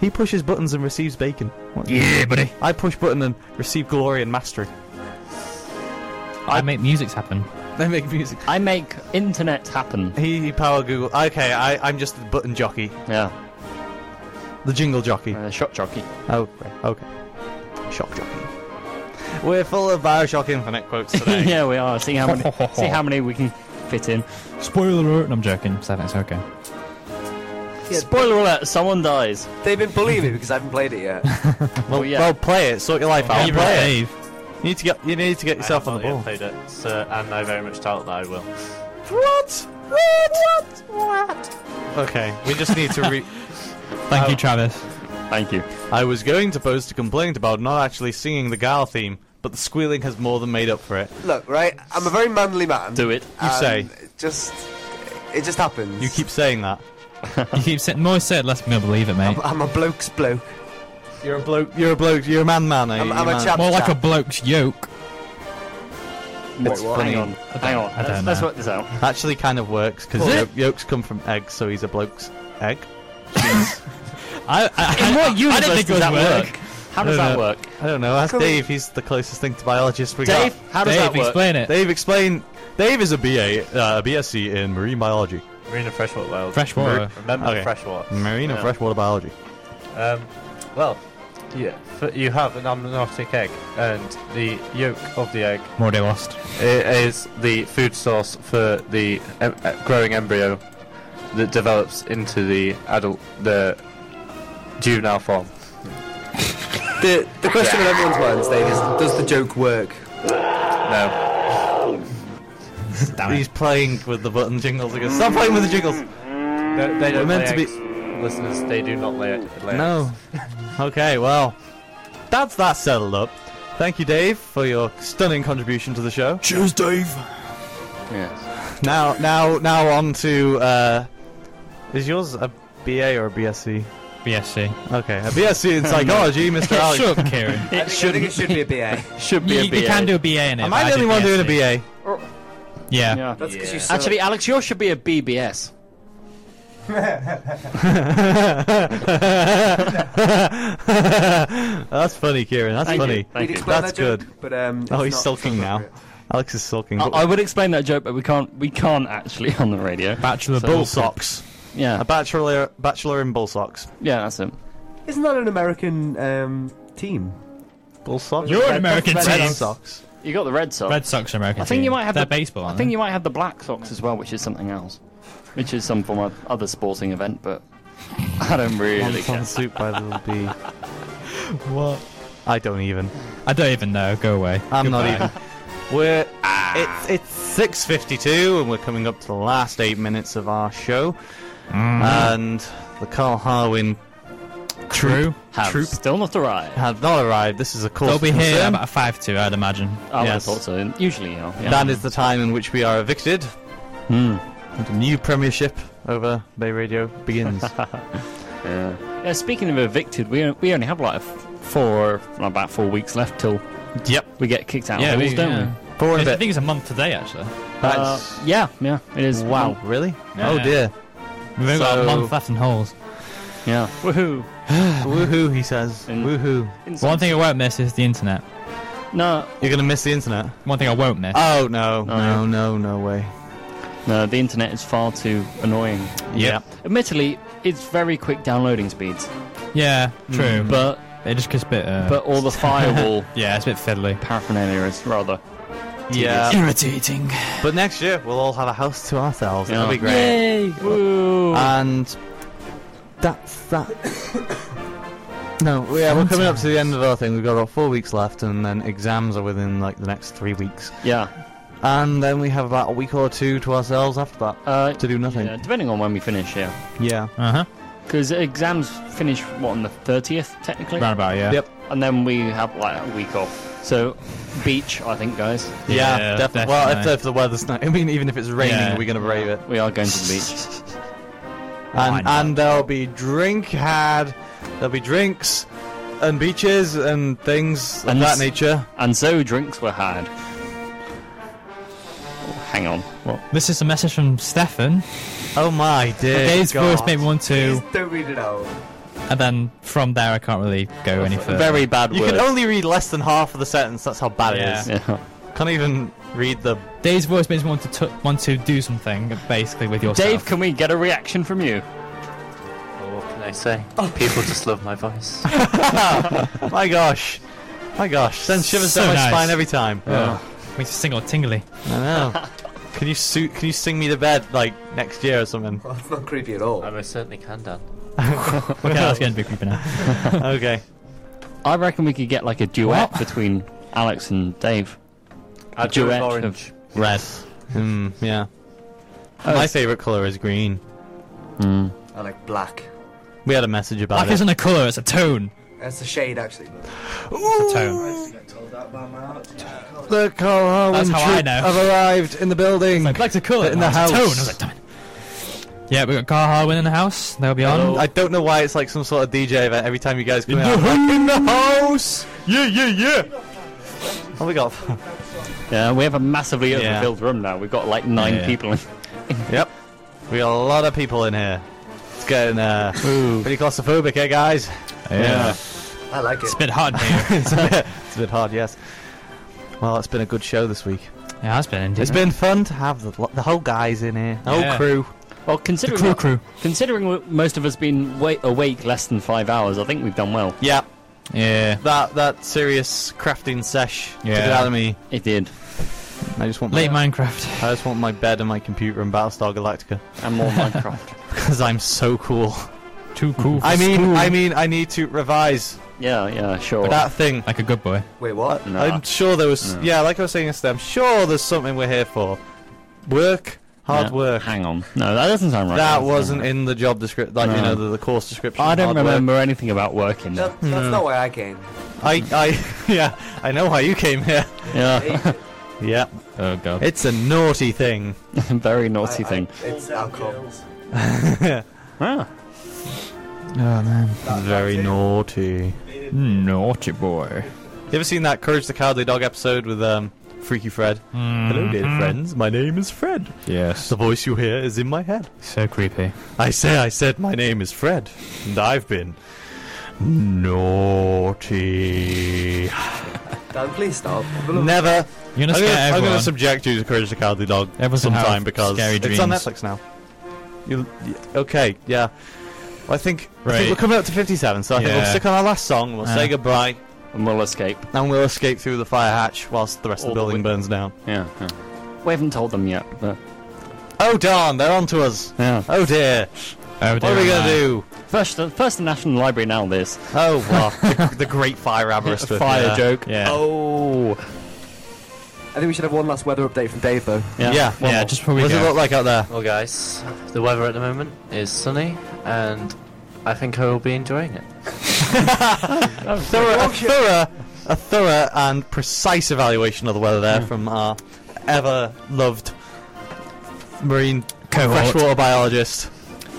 Speaker 1: He pushes buttons and receives bacon. What-
Speaker 3: Yeah, buddy.
Speaker 1: I push button and receive glory and mastery.
Speaker 3: I make music's happen.
Speaker 1: They make music.
Speaker 2: I make internet happen.
Speaker 1: He, he power Google. Okay, I, I'm just the button jockey,
Speaker 2: Yeah.
Speaker 1: the jingle jockey.
Speaker 2: Uh, shot jockey.
Speaker 1: Oh, right, okay. Shock jockey. We're full of Bioshock Infinite quotes today.
Speaker 2: yeah, we are. See how many. see how many we can fit in.
Speaker 3: Spoiler alert. No, I'm joking. Seven. It's okay.
Speaker 2: Spoiler alert: someone dies.
Speaker 4: They've been bullying me because I haven't played it yet.
Speaker 1: Well,
Speaker 2: Oh, yeah.
Speaker 1: well, play it. Sort your life out.
Speaker 3: Favorite
Speaker 1: Play it.
Speaker 3: Dave.
Speaker 1: You need to get. You need to get yourself on the
Speaker 5: I
Speaker 1: ball.
Speaker 5: played it, so, and I very much doubt that I will.
Speaker 1: What? What? What? Okay, we just need to re.
Speaker 3: Thank you, Travis.
Speaker 2: Thank you.
Speaker 1: I was going to post a complaint about not actually singing the Gal theme, but the squealing has more than made up for it.
Speaker 4: Look, right? I'm a very manly man. Um,
Speaker 2: Do it.
Speaker 1: You say.
Speaker 4: it Just. It just happens.
Speaker 1: You keep saying that.
Speaker 3: You keep saying more said, less me believe it, mate.
Speaker 4: I'm a bloke's bloke.
Speaker 1: You're a bloke. You're a bloke. You're a man, man. Are you?
Speaker 4: I'm,
Speaker 1: You
Speaker 4: I'm a
Speaker 1: man?
Speaker 4: chap.
Speaker 3: More like a
Speaker 4: chap.
Speaker 3: bloke's yoke.
Speaker 1: It's
Speaker 2: What- what-
Speaker 1: funny.
Speaker 2: Hang on. Hang on.
Speaker 3: I
Speaker 2: Let's,
Speaker 3: don't
Speaker 2: let's
Speaker 3: know.
Speaker 2: work this out.
Speaker 1: Actually, kind of works because
Speaker 3: Is
Speaker 1: yo-
Speaker 3: it?
Speaker 1: yolks come from eggs, so he's a bloke's egg.
Speaker 3: I, I,
Speaker 2: In
Speaker 3: I,
Speaker 2: what universe
Speaker 3: I didn't
Speaker 2: does
Speaker 3: think it was
Speaker 2: that
Speaker 3: work.
Speaker 2: work? How does
Speaker 3: No,
Speaker 2: that
Speaker 3: no.
Speaker 2: work?
Speaker 1: I don't know. Ask
Speaker 4: Come in.
Speaker 1: Dave. He's the closest thing to biologist we
Speaker 2: Dave, how does
Speaker 3: Dave,
Speaker 2: that work?
Speaker 3: explain it.
Speaker 1: got. Dave, explain. Dave is a BA, uh, a BSc in marine biology,
Speaker 5: We're in a freshwater world.
Speaker 3: Freshwater.
Speaker 5: Remember
Speaker 1: Okay.
Speaker 5: freshwater.
Speaker 1: marine and
Speaker 5: Yeah.
Speaker 1: freshwater biology.
Speaker 5: Um, well, yeah, f- you have an amniotic egg, and the yolk of the egg
Speaker 3: More day lost.
Speaker 5: i- is the food source for the em- uh, growing embryo that develops into the adult, the juvenile form.
Speaker 4: The, the question in everyone's minds, Dave, is does the joke work?
Speaker 5: No,
Speaker 1: He's playing with the button jingles again. Stop playing with the jingles.
Speaker 5: no they
Speaker 1: We're
Speaker 5: don't
Speaker 1: meant
Speaker 5: lay
Speaker 1: to
Speaker 5: eggs. Listeners, they do not lay, lay
Speaker 1: No. Okay, well, that's that settled up. Thank you, Dave, for your stunning contribution to the show.
Speaker 3: Cheers, Dave.
Speaker 2: Yes.
Speaker 1: Now, now, now on to uh, is yours a BA or a BSc?
Speaker 3: BSC.
Speaker 1: Okay, a BSc in psychology, Mr. Alex.
Speaker 3: Shut up, Kieran.
Speaker 4: I think, I think it should be a BA.
Speaker 2: Should
Speaker 3: you,
Speaker 2: be a BA.
Speaker 3: you can do a BA in it.
Speaker 1: Am
Speaker 3: but
Speaker 1: I the
Speaker 3: did
Speaker 1: only one doing a
Speaker 3: BSc.
Speaker 1: BA?
Speaker 3: Yeah.
Speaker 2: Yeah.
Speaker 4: That's because
Speaker 5: Yeah.
Speaker 4: you suck.
Speaker 2: Actually, Alex, yours should be a BBS.
Speaker 1: That's funny, Kieran. That's
Speaker 2: Thank you.
Speaker 1: funny.
Speaker 2: Thank
Speaker 4: We'd
Speaker 2: you.
Speaker 4: explain
Speaker 1: That's
Speaker 4: that joke,
Speaker 1: good.
Speaker 4: But, um,
Speaker 1: Oh, he's
Speaker 4: it's not
Speaker 1: sulking now.
Speaker 4: appropriate.
Speaker 1: Alex is sulking.
Speaker 2: I,
Speaker 1: but
Speaker 2: I would explain that joke, but we can't. We can't actually on the radio.
Speaker 3: Bachelor
Speaker 2: So-
Speaker 1: bull
Speaker 3: bull.
Speaker 1: socks.
Speaker 2: Yeah.
Speaker 1: A bachelor, bachelor in bull socks.
Speaker 2: Yeah. That's it.
Speaker 4: Isn't that an American um, team?
Speaker 1: Bull socks.
Speaker 3: You're an American
Speaker 4: Red
Speaker 1: Red
Speaker 3: team.
Speaker 1: socks.
Speaker 2: You got the red sock.
Speaker 3: Red Sox are American
Speaker 2: I think you
Speaker 3: team.
Speaker 2: might have
Speaker 3: They're
Speaker 2: the
Speaker 3: baseball.
Speaker 2: I
Speaker 3: aren't
Speaker 2: think
Speaker 3: they?
Speaker 2: you might have the black socks as well, which is something else, which is some form of other sporting event. But I don't really
Speaker 1: Once on
Speaker 2: care.
Speaker 1: soup by little bee.
Speaker 3: What?
Speaker 1: I don't even.
Speaker 3: I don't even know. Go away.
Speaker 1: I'm
Speaker 3: Goodbye.
Speaker 1: not even. We're it's it's six fifty two, and we're coming up to the last eight minutes of our show, and the Carl Harwin
Speaker 3: True.
Speaker 2: Have
Speaker 1: troop
Speaker 2: still not arrived.
Speaker 1: have not arrived. This is a cause
Speaker 3: They'll be
Speaker 1: for
Speaker 3: here
Speaker 1: concern.
Speaker 3: about five two, I'd imagine.
Speaker 2: I
Speaker 1: Yes.
Speaker 2: would have thought so. Usually, you know. Yeah. Hmm.
Speaker 1: That is the time in which we are evicted. And a new premiership over Bay Radio begins.
Speaker 2: Yeah, speaking of evicted, we we only have like a f- four, about four weeks left till
Speaker 1: yep,
Speaker 2: we get kicked out
Speaker 3: Yeah,
Speaker 2: of halls,
Speaker 3: we-
Speaker 2: don't
Speaker 3: yeah.
Speaker 1: four
Speaker 3: I
Speaker 1: and a
Speaker 3: think
Speaker 1: bit.
Speaker 3: it's a month today, actually.
Speaker 2: we? Uh,
Speaker 1: That's-
Speaker 2: yeah, yeah, it is.
Speaker 1: wow, really?
Speaker 3: Yeah.
Speaker 1: Oh dear.
Speaker 3: We've only got
Speaker 1: So-
Speaker 3: a month left in holes.
Speaker 2: Yeah. Woohoo.
Speaker 1: Woohoo! He says.
Speaker 2: And-
Speaker 1: Woohoo!
Speaker 3: One thing I won't miss is the internet.
Speaker 2: No,
Speaker 1: You're gonna miss the internet.
Speaker 3: One thing I won't miss.
Speaker 1: Oh no!
Speaker 2: yeah.
Speaker 1: No! No! No way!
Speaker 2: no, Uh, the internet is far too annoying.
Speaker 1: Yep.
Speaker 2: Admittedly, it's very quick downloading speeds,
Speaker 3: yeah, true. but
Speaker 2: but
Speaker 3: it just gets a bit. Uh,
Speaker 2: but all the firewall
Speaker 3: yeah, it's a bit fiddly.
Speaker 2: paraphernalia is rather
Speaker 1: Yeah.
Speaker 3: Irritating.
Speaker 1: But next year we'll all have a house to ourselves. That'll
Speaker 2: Yeah.
Speaker 1: be great.
Speaker 2: Woo. Uh,
Speaker 1: And that's that. no, yeah, we're coming up to the end of our thing. We've got about four weeks left, and then exams are within like the next three weeks,
Speaker 2: yeah.
Speaker 1: and then we have about a week or two to ourselves after that
Speaker 2: Uh,
Speaker 1: to do nothing.
Speaker 2: yeah,
Speaker 1: Yeah.
Speaker 2: depending on when we finish, yeah.
Speaker 3: Uh huh.
Speaker 2: Because exams finish, what, on the 30th, technically?
Speaker 3: Roundabout, yeah.
Speaker 1: Yep.
Speaker 2: And then we have, like, a week off. So, beach, I think, guys.
Speaker 1: Yeah,
Speaker 3: Yeah,
Speaker 1: defi- Well, if,
Speaker 3: definitely.
Speaker 1: if the weather's not, I mean, even if it's raining,
Speaker 3: Yeah.
Speaker 1: we're gonna brave it.
Speaker 2: We are going to the beach.
Speaker 1: And and there'll be drink had, there'll be drinks, and beaches and things of
Speaker 2: And
Speaker 1: that
Speaker 2: s-
Speaker 1: nature.
Speaker 2: And so drinks were had. Oh, hang on.
Speaker 3: This is a message from Stefan.
Speaker 1: Oh my dear
Speaker 3: Dave's
Speaker 1: God.
Speaker 3: voice made me want to,
Speaker 4: Please don't read it out.
Speaker 3: and then from there I can't really go any further.
Speaker 2: Very bad
Speaker 1: You
Speaker 2: word.
Speaker 1: can only read less than half of the sentence. That's how bad it
Speaker 3: Yeah.
Speaker 1: is.
Speaker 2: Yeah.
Speaker 1: Can't even read the.
Speaker 3: Dave's voice makes me want to tu- want to do something basically with yourself.
Speaker 2: Dave, can we get a reaction from you?
Speaker 5: Oh, what can I say? People just love my voice.
Speaker 1: My gosh, my gosh, sends shivers
Speaker 3: So
Speaker 1: down my
Speaker 3: nice.
Speaker 1: spine every time.
Speaker 3: makes you sing all tingly.
Speaker 1: I know. Can you su- Can you sing me to bed like next year or something?
Speaker 4: Well, it's not creepy at all.
Speaker 5: I most certainly can, Dan.
Speaker 3: Okay, that's getting a bit creepy now.
Speaker 1: okay.
Speaker 2: I reckon we could get like a duet between Alex and Dave.
Speaker 5: I
Speaker 2: do
Speaker 5: do
Speaker 2: it
Speaker 5: orange.
Speaker 2: orange.
Speaker 1: Red. Mm, yeah.
Speaker 2: Oh,
Speaker 1: My
Speaker 2: it's-
Speaker 1: favorite color is green.
Speaker 4: I like black.
Speaker 1: We had a message about
Speaker 3: Black
Speaker 1: it.
Speaker 3: isn't a colour; it's a tone.
Speaker 4: That's a shade, actually.
Speaker 3: It's a tone.
Speaker 1: The Carl
Speaker 3: That's how I troop know. have
Speaker 1: arrived in the building.
Speaker 3: Like, black's a colour.
Speaker 1: In the
Speaker 3: it's a
Speaker 1: house.
Speaker 3: tone. I was like, damn it. Yeah, we got Carl Harwin in the house. They'll be on.
Speaker 1: I don't know why it's like some sort of DJ event every time you guys come
Speaker 3: In
Speaker 1: out.
Speaker 3: the
Speaker 1: like, in the house! Yeah, yeah, yeah! Oh, we got.
Speaker 2: Yeah, we have a massively
Speaker 1: Yeah.
Speaker 2: overfilled room now. We've got like nine
Speaker 3: Yeah.
Speaker 2: people. In-
Speaker 1: yep. We got a lot of people in here. It's getting uh, pretty claustrophobic, eh, guys?
Speaker 3: yeah.
Speaker 4: I like it.
Speaker 3: It's a bit hot in here.
Speaker 1: it's, a bit, it's a bit hard, yes. Well, it's been a good show this week.
Speaker 3: yeah, it's been indeed.
Speaker 1: It's been fun to have the, the whole guys in here, the
Speaker 3: Yeah.
Speaker 1: whole crew.
Speaker 2: well, considering
Speaker 3: crew crew.
Speaker 2: considering we- most of us been wa awake less than five hours, I think we've done well.
Speaker 1: Yeah,
Speaker 3: Yeah.
Speaker 1: that that serious crafting sesh took it
Speaker 3: Yeah.
Speaker 1: out of me.
Speaker 2: It did,
Speaker 1: I just want my,
Speaker 3: Late Minecraft.
Speaker 1: I just want my bed and my computer and Battlestar Galactica
Speaker 2: and more Minecraft.
Speaker 1: because I'm so cool.
Speaker 3: Too cool. For
Speaker 1: I mean,
Speaker 3: school.
Speaker 1: I mean, I need to revise
Speaker 2: Yeah, yeah, sure.
Speaker 1: that thing.
Speaker 3: like a good boy.
Speaker 4: Wait, what?
Speaker 2: Nah.
Speaker 1: I'm sure there was. Yeah, like I was saying yesterday, I'm sure there's something we're here for. Work, hard
Speaker 2: Yeah,
Speaker 1: work.
Speaker 2: Hang on, no, that doesn't sound right.
Speaker 1: That
Speaker 2: doesn't sound
Speaker 1: wasn't
Speaker 2: right.
Speaker 1: in the job description, like you
Speaker 2: No.
Speaker 1: know, the, the course description.
Speaker 2: I don't
Speaker 1: hard work.
Speaker 2: remember anything about working. There.
Speaker 4: That, that's not why I came.
Speaker 1: I, I, yeah, I know why you came here.
Speaker 2: Yeah,
Speaker 1: Yeah,
Speaker 3: Oh god.
Speaker 1: it's a naughty thing.
Speaker 2: very naughty
Speaker 4: I-
Speaker 2: thing.
Speaker 4: I- it's alcohol.
Speaker 2: Ah.
Speaker 3: oh man.
Speaker 1: Very naughty.
Speaker 3: Naughty boy.
Speaker 1: You ever seen that Courage the Cowardly Dog episode with um, Freaky Fred? Hello,
Speaker 2: Mm-hmm.
Speaker 1: dear friends. My name is Fred.
Speaker 3: Mm-hmm. Yes.
Speaker 1: The voice you hear is in my head.
Speaker 3: So creepy.
Speaker 1: I say, I said, my name is Fred, and I've been naughty.
Speaker 4: Dan, please stop.
Speaker 1: Never.
Speaker 3: You're
Speaker 1: I'm
Speaker 3: gonna
Speaker 1: gonna,
Speaker 3: scare
Speaker 1: I'm
Speaker 3: everyone.
Speaker 1: gonna subject you to Courage the Cowardly Dog
Speaker 3: Everyone's gonna
Speaker 1: sometime
Speaker 3: have
Speaker 1: because
Speaker 3: scary
Speaker 1: it's on
Speaker 3: dreams.
Speaker 1: Netflix now. You, y- okay, yeah. Well, I think, I
Speaker 3: Right.
Speaker 1: think we're coming up to 57, so I think
Speaker 3: Yeah. Uh-huh.
Speaker 1: we'll stick on our last song. We'll say
Speaker 3: Yeah.
Speaker 1: goodbye,
Speaker 2: And we'll escape.
Speaker 1: and we'll escape through the fire hatch whilst the rest of
Speaker 2: All
Speaker 1: the
Speaker 2: the
Speaker 1: building
Speaker 2: way-
Speaker 1: burns down.
Speaker 2: Yeah, yeah. We haven't told them yet, but
Speaker 1: Oh darn! They're on to us.
Speaker 2: yeah.
Speaker 1: Oh dear!
Speaker 3: Oh,
Speaker 1: What are we gonna do?
Speaker 2: First, the, first the National Library now. This
Speaker 1: Oh, well, the, the great fire avarice. with-
Speaker 2: fire
Speaker 1: yeah.
Speaker 2: joke.
Speaker 3: Yeah.
Speaker 2: Oh,
Speaker 4: I think we should have one last weather update from Dave, though.
Speaker 1: Yeah.
Speaker 2: yeah.
Speaker 1: one
Speaker 3: yeah,
Speaker 1: more.
Speaker 3: just before we
Speaker 1: What does
Speaker 3: go.
Speaker 1: it look like out there?
Speaker 5: Well, guys, the weather at the moment is sunny, and I think I will be enjoying it.
Speaker 1: Thorough, a thorough, a thorough and precise evaluation of the weather there from our ever loved marine
Speaker 3: Cohort.
Speaker 1: freshwater biologist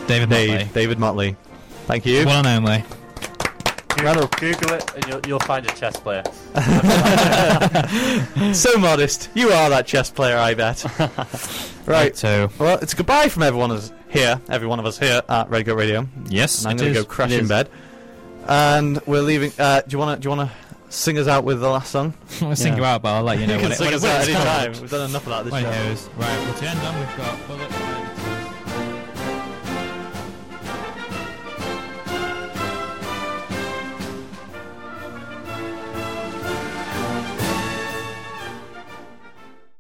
Speaker 3: David Motley.
Speaker 1: Dave, David Oh, Motley. Thank you.
Speaker 3: One and only.
Speaker 1: Round of-
Speaker 5: Google it, and you'll, you'll find a chess player.
Speaker 1: so modest. You are that chess player, I bet. right.
Speaker 3: So
Speaker 1: Well, it's goodbye from everyone of us here, every one of us here at Red Goat Radio.
Speaker 3: yes,
Speaker 1: And I'm
Speaker 3: it
Speaker 1: going to
Speaker 3: is.
Speaker 1: go crash
Speaker 2: It
Speaker 1: in
Speaker 2: is.
Speaker 1: bed. And we're leaving. Uh, do you want to? Do you want to sing us out with the last song?
Speaker 3: I'm gonna sing
Speaker 2: Yeah.
Speaker 3: you out, but I'll let you know
Speaker 1: You can
Speaker 3: when it
Speaker 1: sing
Speaker 3: when
Speaker 1: us
Speaker 3: it- when
Speaker 1: out
Speaker 3: it's
Speaker 1: any
Speaker 3: time.
Speaker 1: time. We've done enough of that this
Speaker 3: When it
Speaker 1: show.
Speaker 3: goes. Right. Well, to end on, we've got. Well, look,